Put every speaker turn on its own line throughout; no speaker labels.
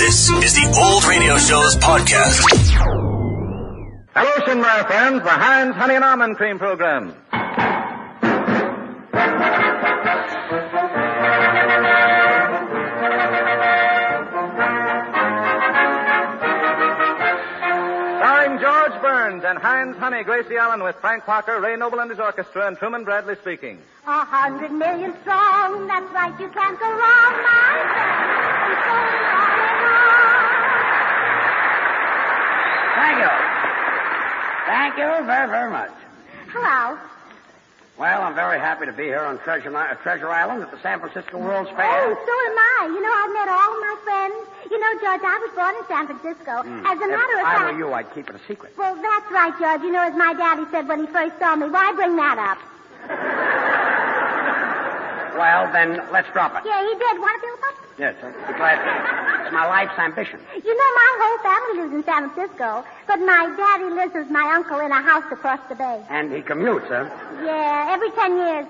This is the Old Radio Show's podcast.
Hello, Shinmar friends, the Heinz Honey and Almond Cream Program. Starring George Burns and Heinz Honey, Gracie Allen with Frank Parker, Ray Noble and his orchestra, and Truman Bradley speaking.
A hundred million strong. That's right, you can't go wrong, my friend. You can't go
Thank you. Thank you very, very much.
wrong. Hello.
Well, I'm very happy to be here on Treasure, Mi- uh, Treasure Island at the San Francisco World's
Oh,
Fair.
so am I. You know, I've met all my friends. You know, George, I was born in San Francisco. As a
Hmm. if
matter of
I
fact.
were you, I'd keep it a secret.
Well, that's right, George. You know, as my daddy said when he first saw me. Why bring that up?
Well, then, let's drop it.
Yeah, he did. Want to feel what?
Yes, I'd be glad to. It's my life's ambition.
You know, my whole family lives in San Francisco, but my daddy lives with my uncle in a house across the bay.
And he commutes, huh?
Yeah, every ten years.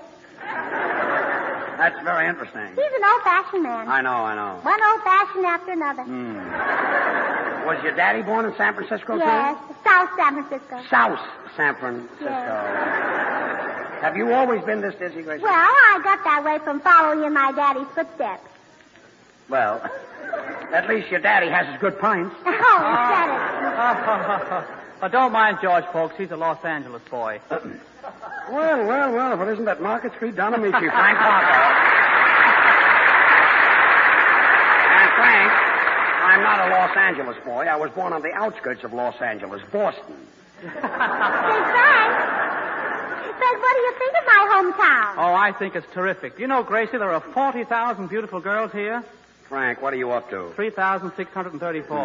That's very interesting.
He's an old-fashioned man.
I Hmm. know, I know.
One old-fashioned after another.
Was your daddy born in San Francisco,
Yes, South San Francisco.
too? South San Francisco. Have you always been this dizzy, Gracie?
Well, I got that way from following in my daddy's footsteps.
Well, at least your daddy has his good pints.
Oh, shut it.
Oh, don't mind George, folks. He's a Los Angeles boy.
Well, well, well, if it isn't that Market Street down to meet you, Frank Parker. and Frank, I'm not a Los Angeles boy. I was born on the outskirts of Los Angeles, Boston.
Say, Frank. Frank, what do you think of my hometown?
Oh, I think it's terrific. You know, Gracie, there are 40,000 beautiful girls here.
Frank, what are you up to?
3,634.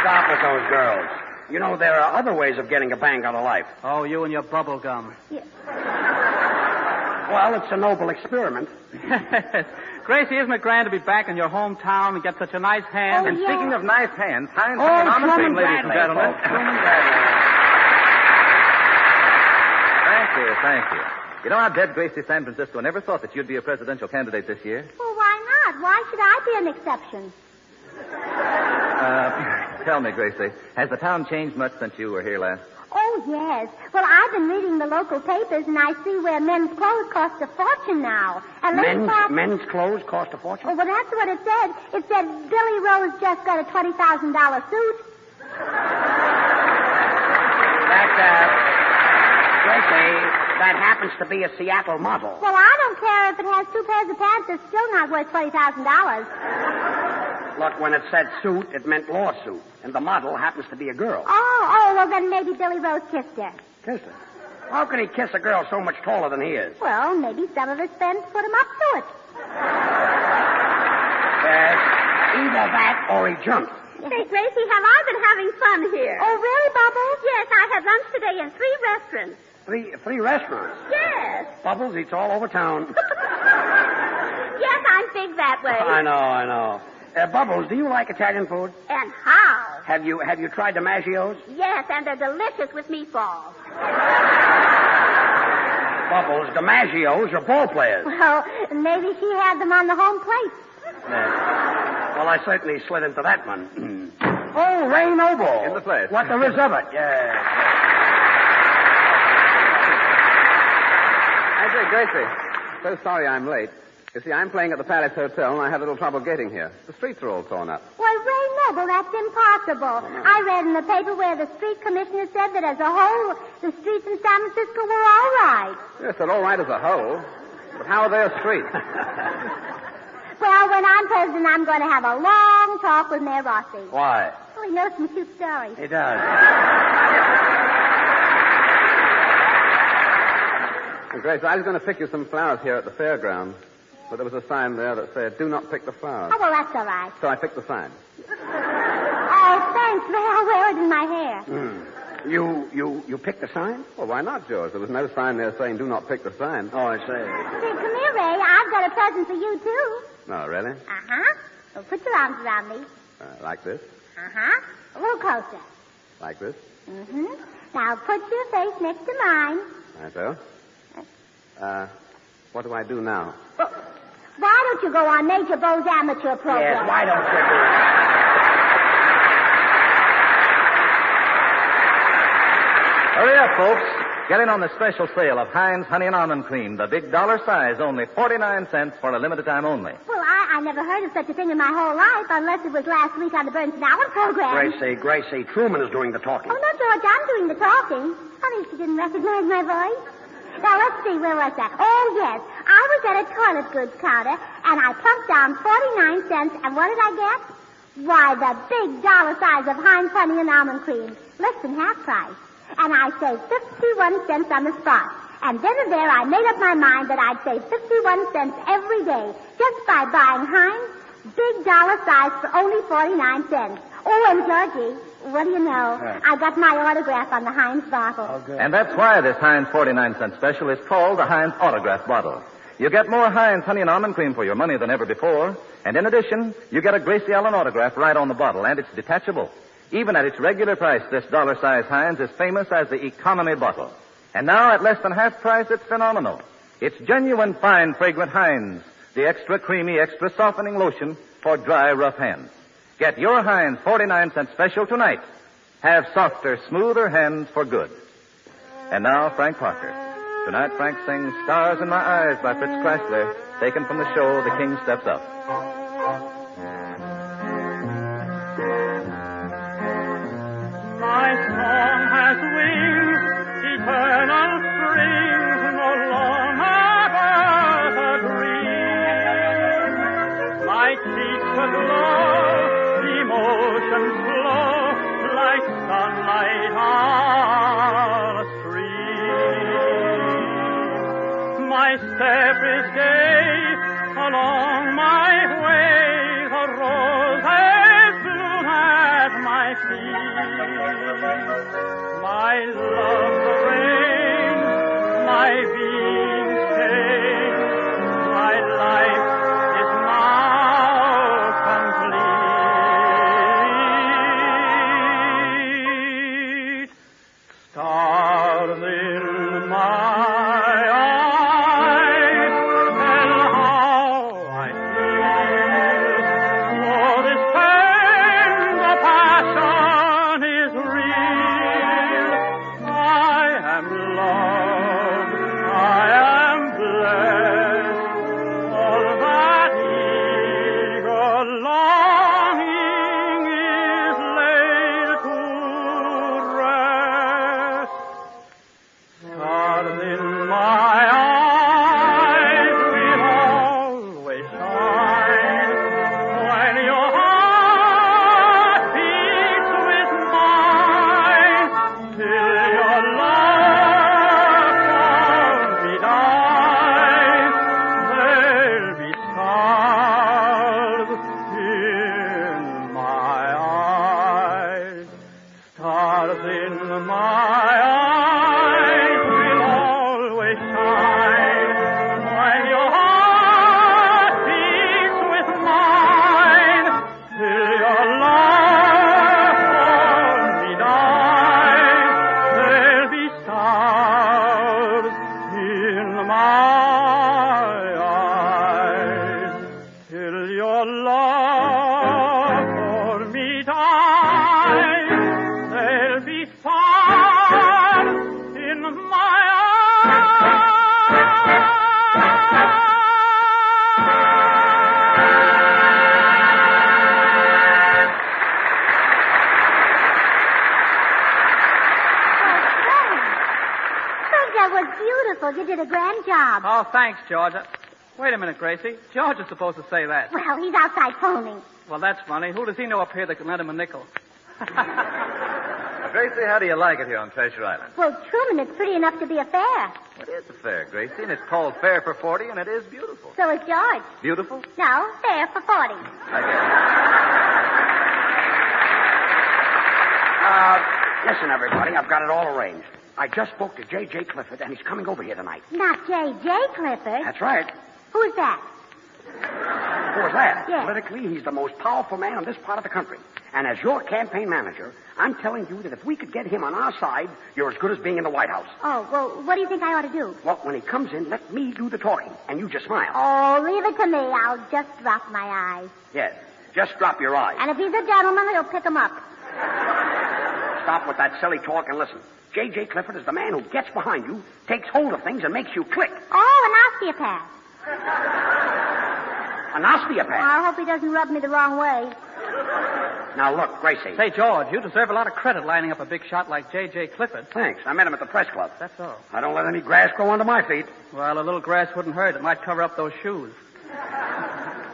Stop with those girls. You know, there are other ways of getting a bang out of life.
Oh, you and your bubble gum.
Well, it's a noble experiment.
Gracie, isn't it grand to be back in your hometown and get such a nice hand?
Oh,
and
yeah.
Speaking of nice hands, Heinz
Oh,
Honey and Almond
Truman
Cream, ladies and
Bradley,
gentlemen.
folks, Truman Bradley.
Thank you, thank you. You know, I bet Gracie San Francisco never thought that you'd be a presidential candidate this year.
Well, why not? Why should I be an exception?
Uh, tell me, Gracie, has the town changed much since you were here last?
Oh, yes. Well, I've been reading the local papers, and I see where men's clothes cost a fortune now. And let's talk-
Men's, men's clothes cost a fortune?
Oh, well, that's what it said. It said Billy Rose just got a $20,000 suit.
That, uh, Gracie, that happens to be a Seattle model.
Well, I don't care if it has two pairs of pants. It's still not worth $20,000.
Look, when it said suit, it meant lawsuit. And the model happens to be a girl.
Oh, oh, well, then maybe Billy Rose kissed her.
Kissed her. How can he kiss a girl so much taller than he is?
Well, maybe some of his friends put him up to it.
Yes. Either that or he jumped.
Say, Gracie, have I been having fun here? Oh, really, Bubbles? Yes, I had lunch today in three restaurants.
Three, three restaurants.
Yes.
Bubbles eats all over town.
Yes, I'm big that way.
I know, I know. Uh, Bubbles, do you like Italian food?
And how?
Have you have you tried DiMaggio's?
Yes, and they're delicious with meatballs.
Bubbles, DiMaggio's are ball players.
Well, maybe she had them on the home plate.
Uh, Well, I certainly slid into that one. oh, Ray Noble.
In the place.
What there is of it, yes.
I say, Gracie, so sorry I'm late. You see, I'm playing at the Palace Hotel, and I had a little trouble getting here. The streets are all torn up.
Why, Ray Noble, that's impossible. I read in the paper where the street commissioner said that as a whole, the streets in San Francisco were all right.
Yes, they're all right as a whole, but how are their streets?
Well, when I'm president, I'm going to have a long talk with Mayor Rossi.
Why?
Oh, he knows some cute stories.
He does.
And Grace, I was going to pick you some flowers here at the fairground, but there was a sign there that said, do not pick the flowers.
Oh, well, that's all right.
So I picked the sign.
Oh, thanks, Ray. I'll wear it in my hair.
You you you picked the sign?
Well, why not, George? There was no sign there saying, do not pick the sign.
Oh, I see.
Say, come here, Ray. I've got a present for you, too.
No, really?
Uh-huh. Well, put your arms around me.
Uh, like this?
Uh-huh. A little closer.
Like this?
Mm-hmm. Now put your face next to mine.
Right, so? Uh, what do I do now?
Well, Why don't you go on Major Bo's amateur
Yes,
program?
why don't you do it?
Hurry up, folks. Get in on the special sale of Heinz Honey and Almond Cream, the big dollar size, only 49 cents for a limited time only.
Well, I, I never heard of such a thing in my whole life, unless it was last week on the Burns and Allen program.
Gracie, Gracie, Truman is doing the talking.
Oh, no, George, I'm doing the talking. Funny she didn't recognize my voice. Now, let's see, where was that? Oh, yes. I was at a toilet goods counter, and I plunked down 49 cents, and what did I get? Why, the big dollar size of Heinz honey and almond cream, less than half price. And I saved 51 cents on the spot. And then and there, I made up my mind that I'd save 51 cents every day just by buying Heinz Big dollar size for only 49 cents. Oh, and Georgie, what do you know? I got my autograph on the Heinz bottle.
And that's why this Heinz 49 cent special is called the Heinz Autograph Bottle. You get more Heinz honey and almond cream for your money than ever before. And in addition, you get a Gracie Allen autograph right on the bottle, and it's detachable. Even at its regular price, this dollar size Heinz is famous as the economy bottle. And now at less than half price, it's phenomenal. It's genuine fine fragrant Heinz, the extra creamy, extra softening lotion for dry, rough hands. Get your Heinz 49 cent special tonight. Have softer, smoother hands for good. And now, Frank Parker. Tonight, Frank sings Stars in My Eyes by Fritz Kreisler, taken from the show The King Steps Up.
My song has wings, eternal strings, no longer a dream. My cheeks aglow, emotions flow like sunlight on a stream. My step is gay, along my way the roses bloom at my feet. My love reigns, my being stays, my life is now complete. Stars in my eyes, and how I feel. For this pain, the passion is real. I am loved, I am blessed. All that eager longing is laid to rest. Stars in my eyes will always shine when your heart beats with mine till your love shall be thine. There'll be stars in my eyes. Stars in my eyes will always shine when your heart beats with mine till your love for me dies. There'll be stars in my eyes till your love for me dies. There'll be stars in my eyes.
George, Oh, that was beautiful. You did a grand job.
Oh, thanks, George. Uh, Wait a minute, Gracie. George is supposed to say that.
Well, he's outside phoning.
Well, that's funny. Who does he know up here that can lend him a nickel?
Gracie, how do you like it here on Treasure Island?
Well, Truman is pretty enough to be a fair.
It is a fair, Gracie, and it's called Fair for 40, and it is beautiful.
So is George.
Beautiful?
No, fair for 40.
I guess.
Uh, listen, everybody, I've got it all arranged. I just spoke to J.J. Clifford, and he's coming over here tonight.
Not J.J. Clifford.
That's right.
Who's that?
Who was that?
Yes.
Politically, he's the most powerful man in this part of the country. And as your campaign manager, I'm telling you that if we could get him on our side, you're as good as being in the White House.
Oh, well, what do you think I ought to do?
Well, when he comes in, let me do the talking, and you just smile.
Oh, leave it to me. I'll just drop my eyes.
Yes. Just drop your eyes.
And if he's a gentleman, he'll pick 'em up.
Stop with that silly talk and listen. J.J. Clifford is the man who gets behind you, takes hold of things, and makes you click.
Oh, an osteopath.
An osteopath.
I hope he doesn't rub me the wrong way.
Now look, Gracie.
Say, George, you deserve a lot of credit lining up a big shot like J.J. Clifford.
Thanks. I met him at the press club.
That's all.
I don't let any grass grow under my feet.
Well, a little grass wouldn't hurt. It might cover up those shoes.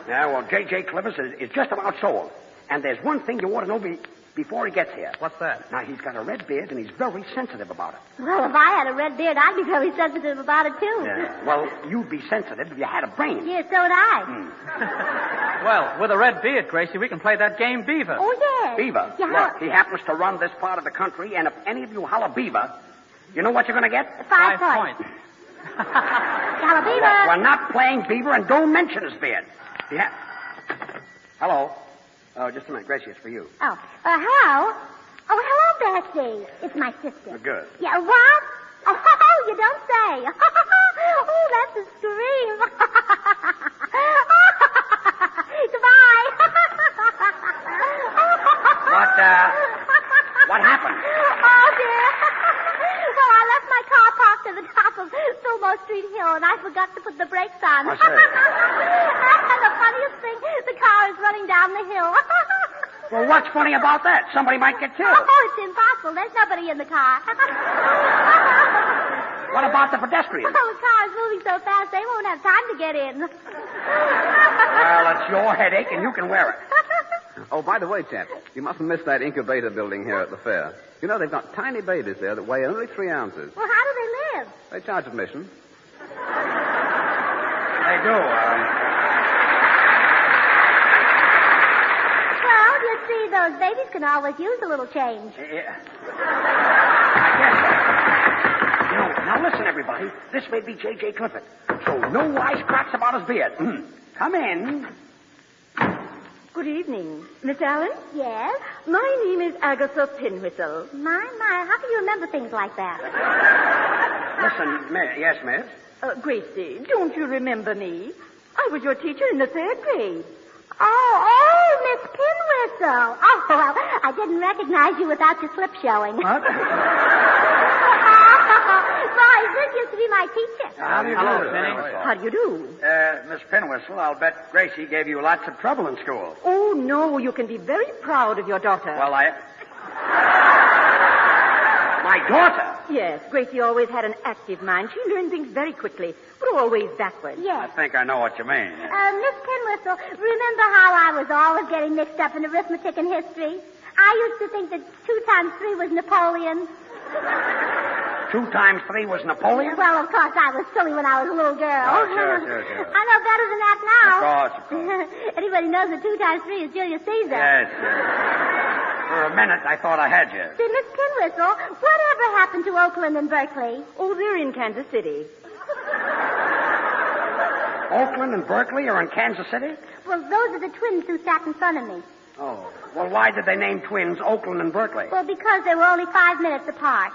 Yeah, well, J.J. Clifford is, is just about sold. And there's one thing you ought to know be, before he gets here.
What's that?
Now, he's got a red beard, and he's very sensitive about it.
Well, if I had a red beard, I'd be really sensitive about it, too.
Well, you'd be sensitive if you had a brain.
Yes, so would I.
Well, with a red beard, Gracie, we can play that game beaver.
Oh, yes.
Beaver.
Yeah.
Look, he happens to run this part of the country, and if any of you holler beaver, you know what you're going to get?
Five, points.
points.
Now, a beaver.
Look, we're not playing beaver, and don't mention his beard. Yeah. Hello. Oh, just a minute, Gracie. It's for you.
Oh, uh, hello. Oh, hello, Bessie. It's my sister.
Good.
Yeah, what? Oh, you don't say. oh, that's a scream. Goodbye.
What, uh, what happened?
Oh, dear. Well, I left my car parked at the top of Fillmore Street Hill, and I forgot to put the brakes on.
I see.
and the funniest thing, the car is running down the hill.
Well, what's funny about that? Somebody might get killed.
Oh, it's impossible. There's nobody in the car.
What about the pedestrian?
oh, the car is moving so fast they won't have time to get in.
Well, it's your headache, and you can wear it.
Oh, by the way, chap, you mustn't miss that incubator building here at the fair. You know, they've got tiny babies there that weigh only three ounces.
well, how do they live?
They charge admission.
They do. Uh,
Well, you see, those babies can always use a little change.
yeah. I guess. No, now listen, everybody. This may be J.J. Clifford. So no wisecracks about his beard. Hmm. Come in.
Good evening, Miss Allen.
Yes?
My name is Agatha Pinwhistle.
My, my, how can you remember things like that?
Listen, miss. Yes, miss.
Uh, Gracie, don't you remember me? I was your teacher in the third grade. Oh,
Oh, Miss Pinwhistle. Oh, well, I didn't recognize you without your slip showing.
What?
Sorry, Sid used to be my teacher.
How do you
Hello,
do?
Penny.
how do you do?
Uh, Miss Pinwhistle, I'll bet Gracie gave you lots of trouble in school.
Oh, no, you can be very proud of your daughter.
Well, I. My daughter.
yes, Gracie always had an active mind. She learned things very quickly, but always backward.
I
Yes.
think I know what you mean.
Uh, Miss Pinwhistle, remember how I was always getting mixed up in arithmetic and history? I used to think that two times three was Napoleon.
Two times three was Napoleon?
Well, of course, I was silly when I was a little girl.
Oh, sure, sure, sure.
I know better than that now.
Of course, of course.
Anybody knows that two times three is Julius Caesar.
Yes, yes. For a minute, I thought I had you.
See, Miss Pinwhistle, whatever happened to Oakland and Berkeley?
Oh, they're in Kansas City.
Oakland and Berkeley are in Kansas City?
Well, those are the twins who sat in front of me.
Oh. Well, why did they name twins Oakland and Berkeley?
Well, because they were only five minutes apart.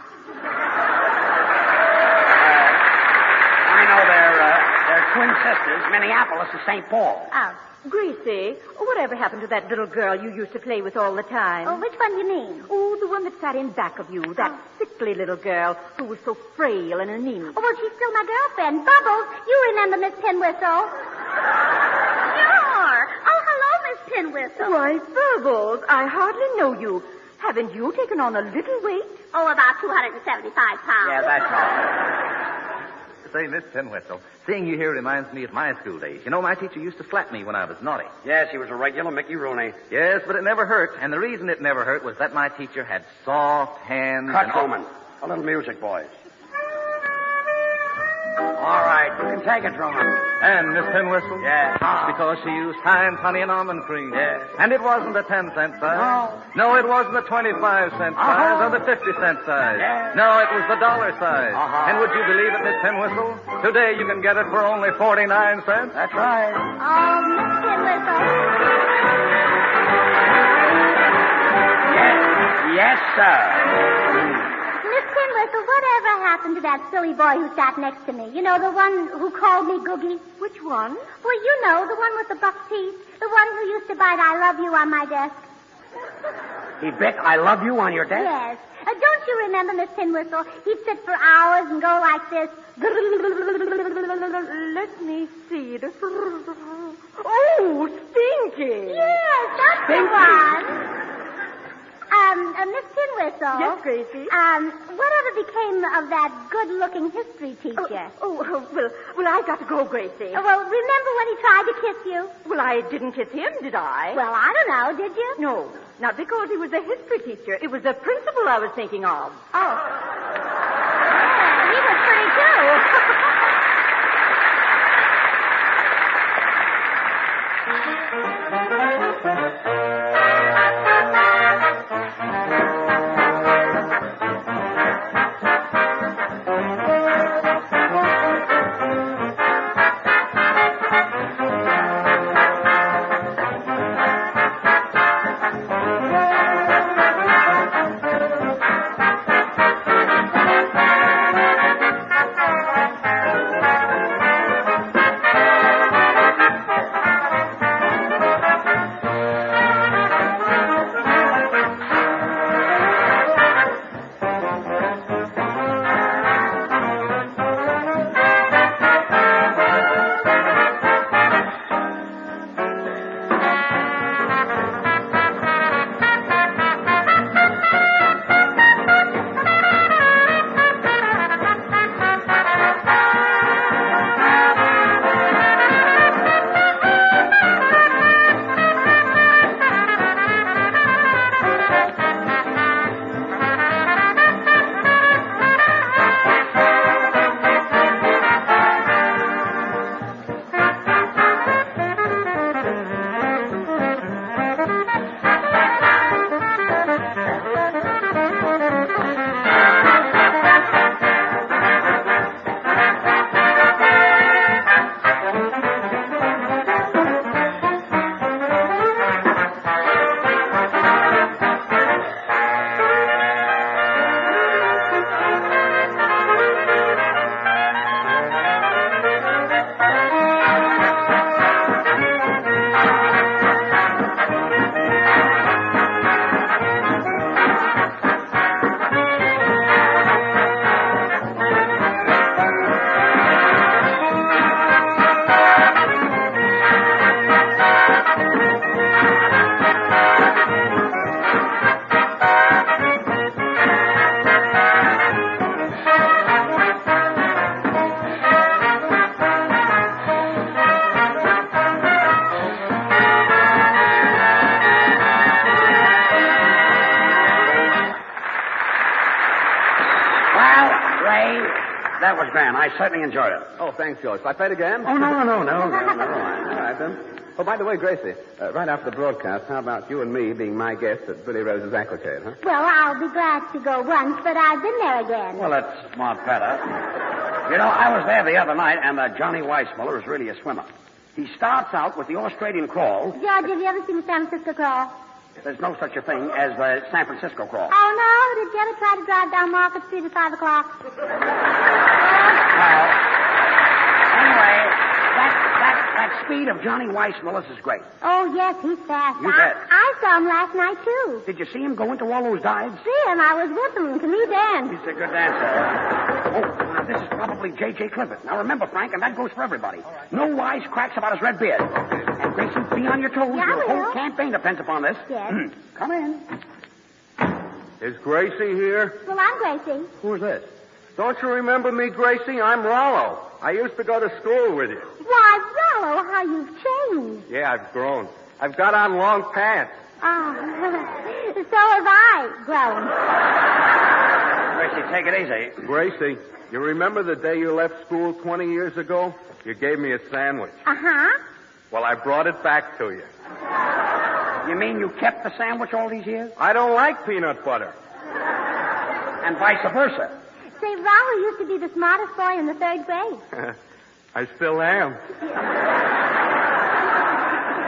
I know they're, uh, they're twin sisters, Minneapolis and St. Paul.
Oh.
Gracie, whatever happened to that little girl you used to play with all the time?
Oh, which one do you mean?
Oh, the one that sat in back of you, that sickly little girl who was so frail and anemic.
Oh, well, she's still my girlfriend. Bubbles, you remember Miss Pinwhistle. sure. Oh, hello, Miss Pinwhistle.
Why, Bubbles, I hardly know you. Haven't you taken on a little weight?
Oh, about 275 pounds.
Yeah, that's all.
Say, Miss Pinwhistle, seeing you here reminds me of my school days. You know, my teacher used to slap me when I was naughty.
Yes, he was a regular Mickey Rooney.
Yes, but it never hurt. And the reason it never hurt was that my teacher had soft hands.
Cut,
and-
Roman. A little music, boys. All right, you can take it, Roman.
And Miss Pinwhistle?
Yes.
Ah.
It's because she used Heinz honey and almond cream.
Yes.
And it wasn't the 10 cent size. No. it wasn't the 25 cent
Uh-huh.
size or the 50 cent size.
Yes.
No, it was the dollar size.
Uh-huh.
And would you believe it, Miss Pinwhistle? Today you can get it for only 49 cents.
That's right.
Oh, Miss Pinwhistle.
sir.
Miss Tinworth, whatever happened to that silly boy who sat next to me? You know, the one who called me Googie?
Which one?
Well, you know, the one with the buck teeth. The one who used to bite I love you on my desk.
He bit I love you on your desk?
Yes. Uh, don't you remember Miss Tinwhistle? He'd sit for hours and go like this.
Let me see. The... Oh, Stinky.
Yes, that's the
Thank you.
one. Um, uh, Miss Tinwhistle.
Yes, Gracie.
Um, whatever became of that good-looking history
Oh,
teacher?
oh, oh, well, well, I've got to go, Gracie.
Uh, well, remember when he tried to kiss you?
Well, I didn't kiss him, did I?
Well, I don't know. Did you?
no, not because he was a history teacher. It was the principal I was thinking of.
Oh. Yeah, he was pretty too.
Well, Ray, that was grand. I certainly enjoyed it.
Oh, thanks, George. Shall I play it again?
Oh, no, no, no, no, no,
All
no.
right, then. Oh, by the way, Gracie, uh, right after the broadcast, how about you and me being my guests at Billy Rose's Aquacade, huh?
well, I'll be glad to go once, but I've been there again.
Well, that's smart better. You know, I was there the other night, and uh, Johnny Weissmuller is really a swimmer. He starts out with the Australian crawl.
George, have you ever seen the San Francisco crawl?
There's no such a thing as the San Francisco crawl.
Oh, no? Did you ever try to drive down Market Street at 5 o'clock?
Well, anyway, that, that, that speed of Johnny Weissmuller is great.
Oh, yes, he's fast.
You
I,
bet.
I saw him last night, too.
Did you see him go into all those dives?
See him. I was with him. Can he dance?
He's a good dancer. Oh, now this is probably J.J. Clifford. Now remember, Frank, and that goes for everybody. No wise cracks about his red beard. And Grayson, be on your toes.
Yeah, I
your
will.
whole campaign depends upon this.
Yes.
Come in.
Is Gracie here?
Well, I'm Gracie.
Who's this? Don't you remember me, Gracie? I'm Rollo. I used to go to school with you.
Why, Rollo, how you've changed.
Yeah, I've grown. I've got on long pants.
Oh, so have I grown.
Gracie, take it easy.
Gracie, you remember the day you left school 20 years ago? You gave me a sandwich.
Uh-huh.
Well, I brought it back to you.
You mean you kept the sandwich all these years?
I don't like peanut butter.
And vice versa.
Say, Rollo used to be the smartest boy in the third grade.
I still am.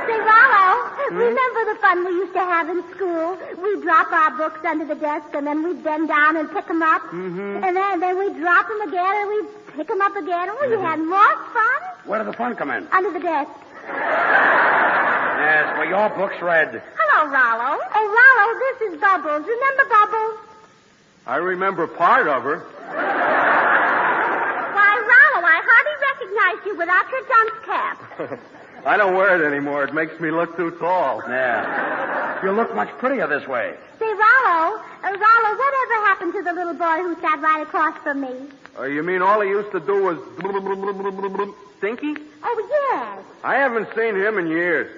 Say, Rollo, Remember the fun we used to have in school? We'd drop our books under the desk and then we'd bend down and pick 'em up. And then, then we'd drop 'em again and we'd pick 'em up again. Oh, you had more fun
Where did the fun come in?
under the desk.
Yes, well, your book's read.
Hello, Rollo. Oh, Rollo, this is Bubbles. Remember Bubbles?
I remember part of her.
Why, Rollo, I hardly recognized you without your dunce cap.
I don't wear it anymore. It makes me look too tall.
Yeah. You look much prettier this way.
Say, Rollo, uh, Rollo, whatever happened to the little boy who sat right across from me?
Uh, you mean all he used to do was blub, blub, blub, blub, blub, blub, Stinky?
Oh, yes.
I haven't seen him in years.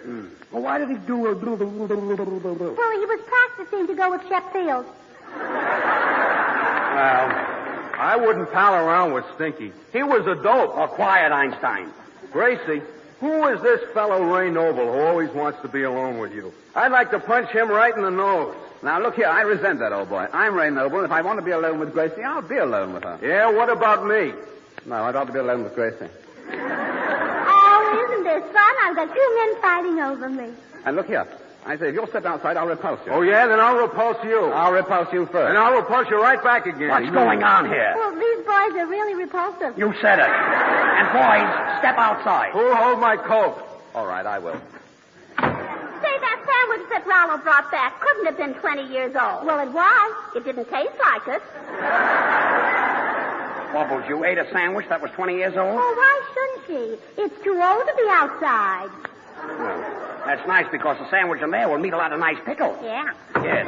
Well, why did he do a... Well,
Well, he was practicing to go with Sheffield.
I wouldn't pal around with Stinky. He was a dope.
oh, quiet, Einstein.
Gracie, who is this fellow Ray Noble who always wants to be alone with you? I'd like to punch him right in the nose.
Now, look here, I resent that, old boy. I'm Ray Noble, and if I want to be alone with Gracie, I'll be alone with her.
Yeah, what about me?
No, I'd rather be alone with Gracie.
Oh, isn't this fun? I've got two men fighting over me.
And look here, I say, if you'll step outside, I'll repulse you.
Oh, yeah? Then I'll repulse you.
I'll repulse you first.
and I'll repulse you right back again.
What's going on here?
Well, these boys are really repulsive.
You said it. And boys, step outside.
Who hold my coat?
All right, I will.
Say, that sandwich that Rollo brought back couldn't have been 20 years old. Well, it was. It didn't taste like it.
Bubbles, you ate a sandwich that was 20 years old?
Oh,
Well, why shouldn't she? It's too old to be outside.
That's nice because the sandwich in there will meet a lot of nice pickles.
Yeah.
Yes.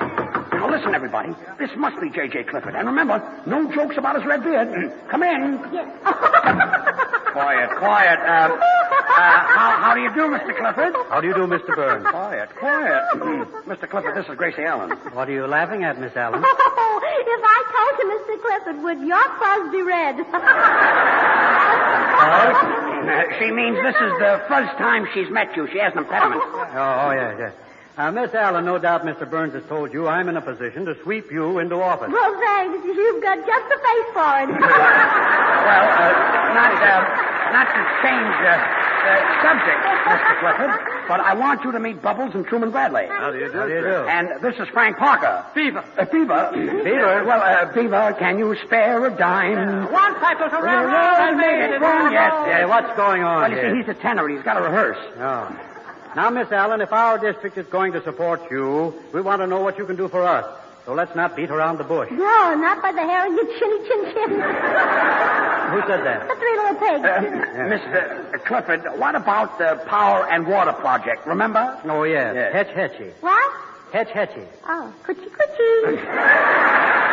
Now listen, everybody. This must be J.J. Clifford. And remember, no jokes about his red beard. Mm. Come in.
Yes.
Quiet, quiet. Uh, uh, how, how do you do, Mr. Clifford?
How do you do, Mr. Burns?
Quiet, quiet. Mm. Mr. Clifford, this is Gracie Allen.
What are you laughing at, Miss Allen?
Oh, if I told you, Mr. Clifford, would your fuzz be red?
Uh, she means this is the first time she's met you. She has an impediment.
Oh, oh yes, yes. Uh, Miss Allen, no doubt Mr. Burns has told you I'm in a position to sweep you into office.
well, thanks. You've got just the face for it.
Well, uh, not, uh, not to change uh, uh, subject, Mr. Clifford, but I want you to meet Bubbles and Truman Bradley.
do you do? How do you do?
And this is Frank Parker.
Fever.
Uh, Beaver. Beaver? Well, uh, Beaver, can you spare a dime?
One piper for
railroad, I made it. Yes, yes.
Hey, what's going on
Well, you
here?
see, he's a tenor. He's got to rehearse.
Oh. Now, Miss Allen, if our district is going to support you, we want to know what you can do for us. So let's not beat around the bush.
no, not by the hair of your chinny chin chin.
Who said that?
the three little pigs.
Uh, Mr. Clifford, what about the power and water project? Remember?
Oh, yes.
Yes.
Hetch Hetchy.
what?
Hetch Hetchy.
Oh, coochie coochie.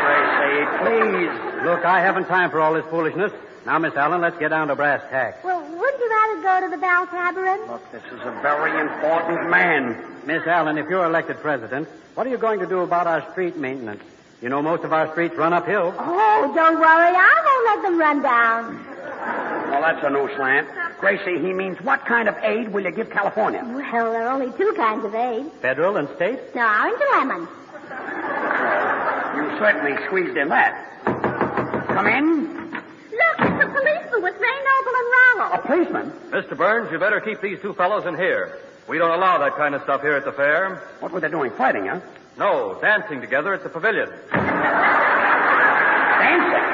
Gracie, please.
Look, I haven't time for all this foolishness. Now, Miss Allen, let's get down to brass tacks.
well, wouldn't you rather go to the Bell Tabarin?
Look, this is a very important man.
Miss Allen, if you're elected president, what are you going to do about our street maintenance? You know, most of our streets run uphill.
Oh, don't worry. I won't let them run down.
Well, that's a new slant. Gracie, he means what kind of aid will you give California?
Well, there are only two kinds of aid.
Federal and state?
No, orange and lemon.
You certainly squeezed in that. Come in.
Look, it's a policeman with Ray Noble and Rollo.
A policeman?
Mr. Burns, you better keep these two fellows in here. We don't allow that kind of stuff here at the fair.
What were they doing? Fighting, huh?
No, dancing together at the pavilion.
Dancing?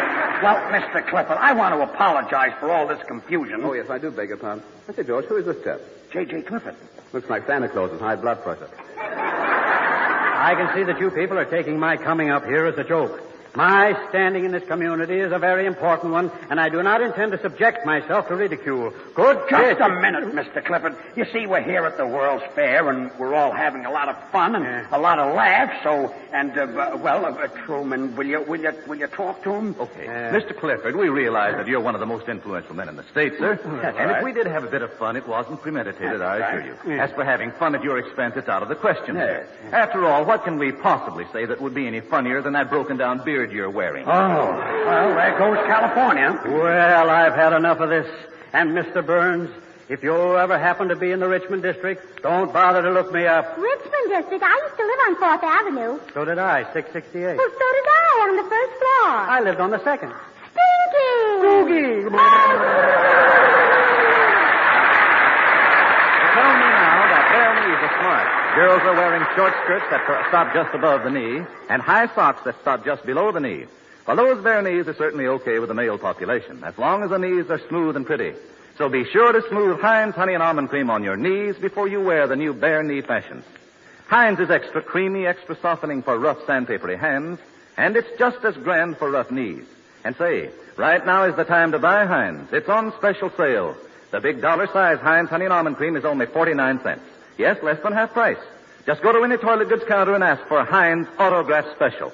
Well, Mr. Clifford, I want to apologize for all this confusion.
Oh, yes, I do beg your pardon. Mr. George, who is this chap?
J.J. Clifford.
Looks like Santa Claus with high blood pressure.
I can see that you people are taking my coming up here as a joke. My standing in this community is a very important one, and I do not intend to subject myself to ridicule. Good
Just
gracious.
a minute, Mr. Clifford. You see, we're here at the World's Fair, and we're all having a lot of fun and a lot of laughs. So, and uh, well, uh, Truman, will you will you will you talk to him?
Okay. Mr. Clifford, we realize that you're one of the most influential men in the state, sir. and if we did have a bit of fun, it wasn't premeditated, I assure you. As for having fun at your expense, it's out of the question. sir. After all, what can we possibly say that would be any funnier than that broken down beard you're wearing?
Oh, well, there goes California.
Well, I've had enough of this. And Mr. Burns, if you ever happen to be in the Richmond district, don't bother to look me up.
Richmond District. I used to live on Fourth Avenue.
So did I, 668.
Well, Oh, so did I on the first floor.
I lived on the second.
Stinky!
Tell me now that Bernie is a smart.
Girls are wearing short skirts that stop just above the knee and high socks that stop just below the knee. Well, those bare knees are certainly okay with the male population, as long as the knees are smooth and pretty. So be sure to smooth Heinz Honey and Almond Cream on your knees before you wear the new bare knee fashion. Heinz is extra creamy, extra softening for rough sandpapery hands, and it's just as grand for rough knees. And say, right now is the time to buy Heinz. It's on special sale. The big dollar size Heinz Honey and Almond Cream is only 49 cents. Yes, less than half price. Just go to any toilet goods counter and ask for Heinz Autograph Special.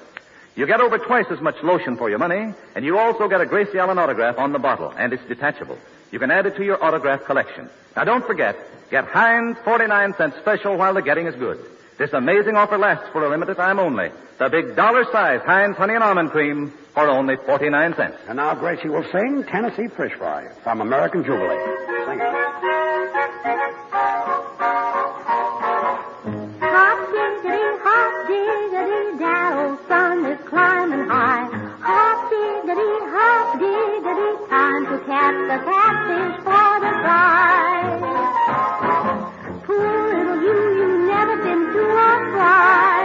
You get over twice as much lotion for your money, and you also get a Gracie Allen autograph on the bottle, and it's detachable. You can add it to your autograph collection. Now don't forget, get Heinz 49 cents special while the getting is good. This amazing offer lasts for a limited time only. The big dollar size Heinz Honey and Almond Cream for only 49 cents.
And now Gracie will sing Tennessee Fish Fry from American Jubilee. Sing it.
Hop diggity, hop diggity, down, sun is climbing high. Hop diggity, hop diggity, time to catch the catfish for the fry. Poor little you, you've never been to a fry.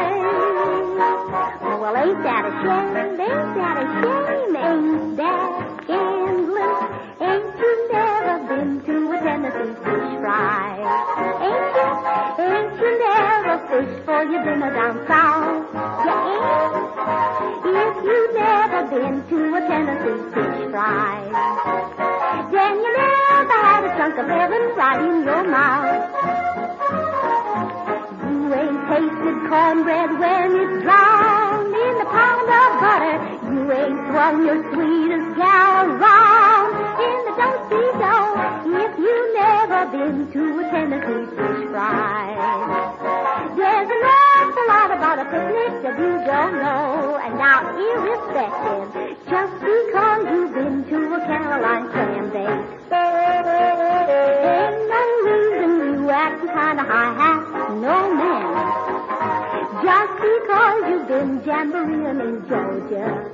Oh, well, ain't that a shame? Ain't that a shame? Ain't that scandalous? Ain't you never been to a Tennessee fish fry? Ain't you? Ain't you never fished for your dinner down south? You ain't? If you've never been to a Tennessee fish fry, then you never had a chunk of heaven right in your mouth. You ain't tasted cornbread when it's drowned in the pound of butter. You ain't swung your sweetest gal around in the dusty dough if you've never been to a Tennessee fish fry. There's an awful lot about a picnic that you don't know, and now irrespective, just because you've been to a Caroline clam bake. Ain't no reason you acting kinda high-hat, no man. Just because you've been jamboreeing in Georgia.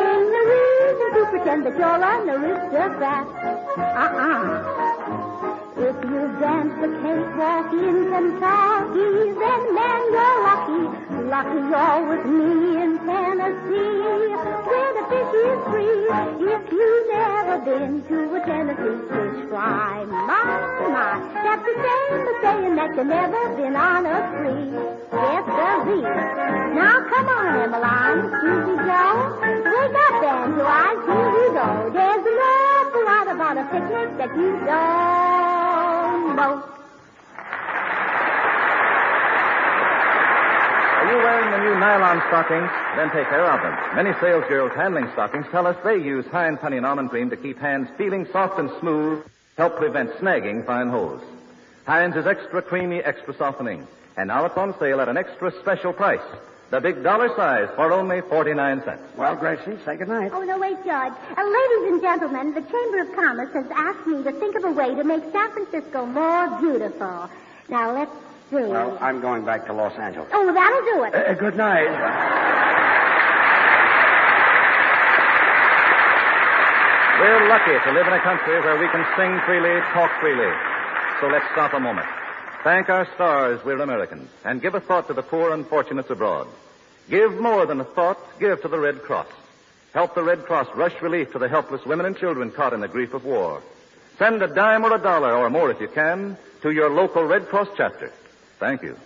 Ain't no reason to pretend that you're an aristocrat. Uh-uh. If you dance the cakewalk in Kentucky, then man, you're lucky. Lucky you're with me in Tennessee, where the fish is free. If you've never been to a Tennessee fish fry, my, my, that's the same as saying that you've never been on a spree. Yes, indeed. Now come on, Emmeline, Susie Joe, wake up, Evangeline. Here you go. There's an awful lot about a picnic that you don't know.
Are you wearing the new nylon stockings? Then take care of them. Many sales girls handling stockings tell us they use Heinz Honey and Almond Cream to keep hands feeling soft and smooth, help prevent snagging fine holes. Heinz is extra creamy, extra softening. And now it's on sale at an extra special price. The big dollar size for only 49 cents.
Well, Gracie, say goodnight.
Oh, no, wait, George. Uh, ladies and gentlemen, the Chamber of Commerce has asked me to think of a way to make San Francisco more beautiful. Now, let's see.
Well, I'm going back to Los Angeles.
Oh, that'll do it.
Uh, good night.
We're lucky to live in a country where we can sing freely, talk freely. So let's stop a moment. Thank our stars we're Americans, and give a thought to the poor unfortunates abroad. Give more than a thought, give to the Red Cross. Help the Red Cross rush relief to the helpless women and children caught in the grief of war. Send a dime or a dollar or more if you can to your local Red Cross chapter. Thank you.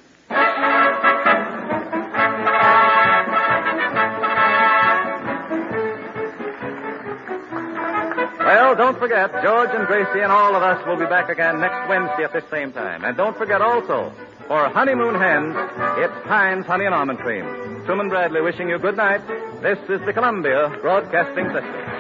Well, don't forget, George and Gracie and all of us will be back again next Wednesday at this same time. And don't forget also, for Honeymoon Hens, it's Heinz Honey and Almond Cream. Truman Bradley wishing you good night. This is the Columbia Broadcasting System.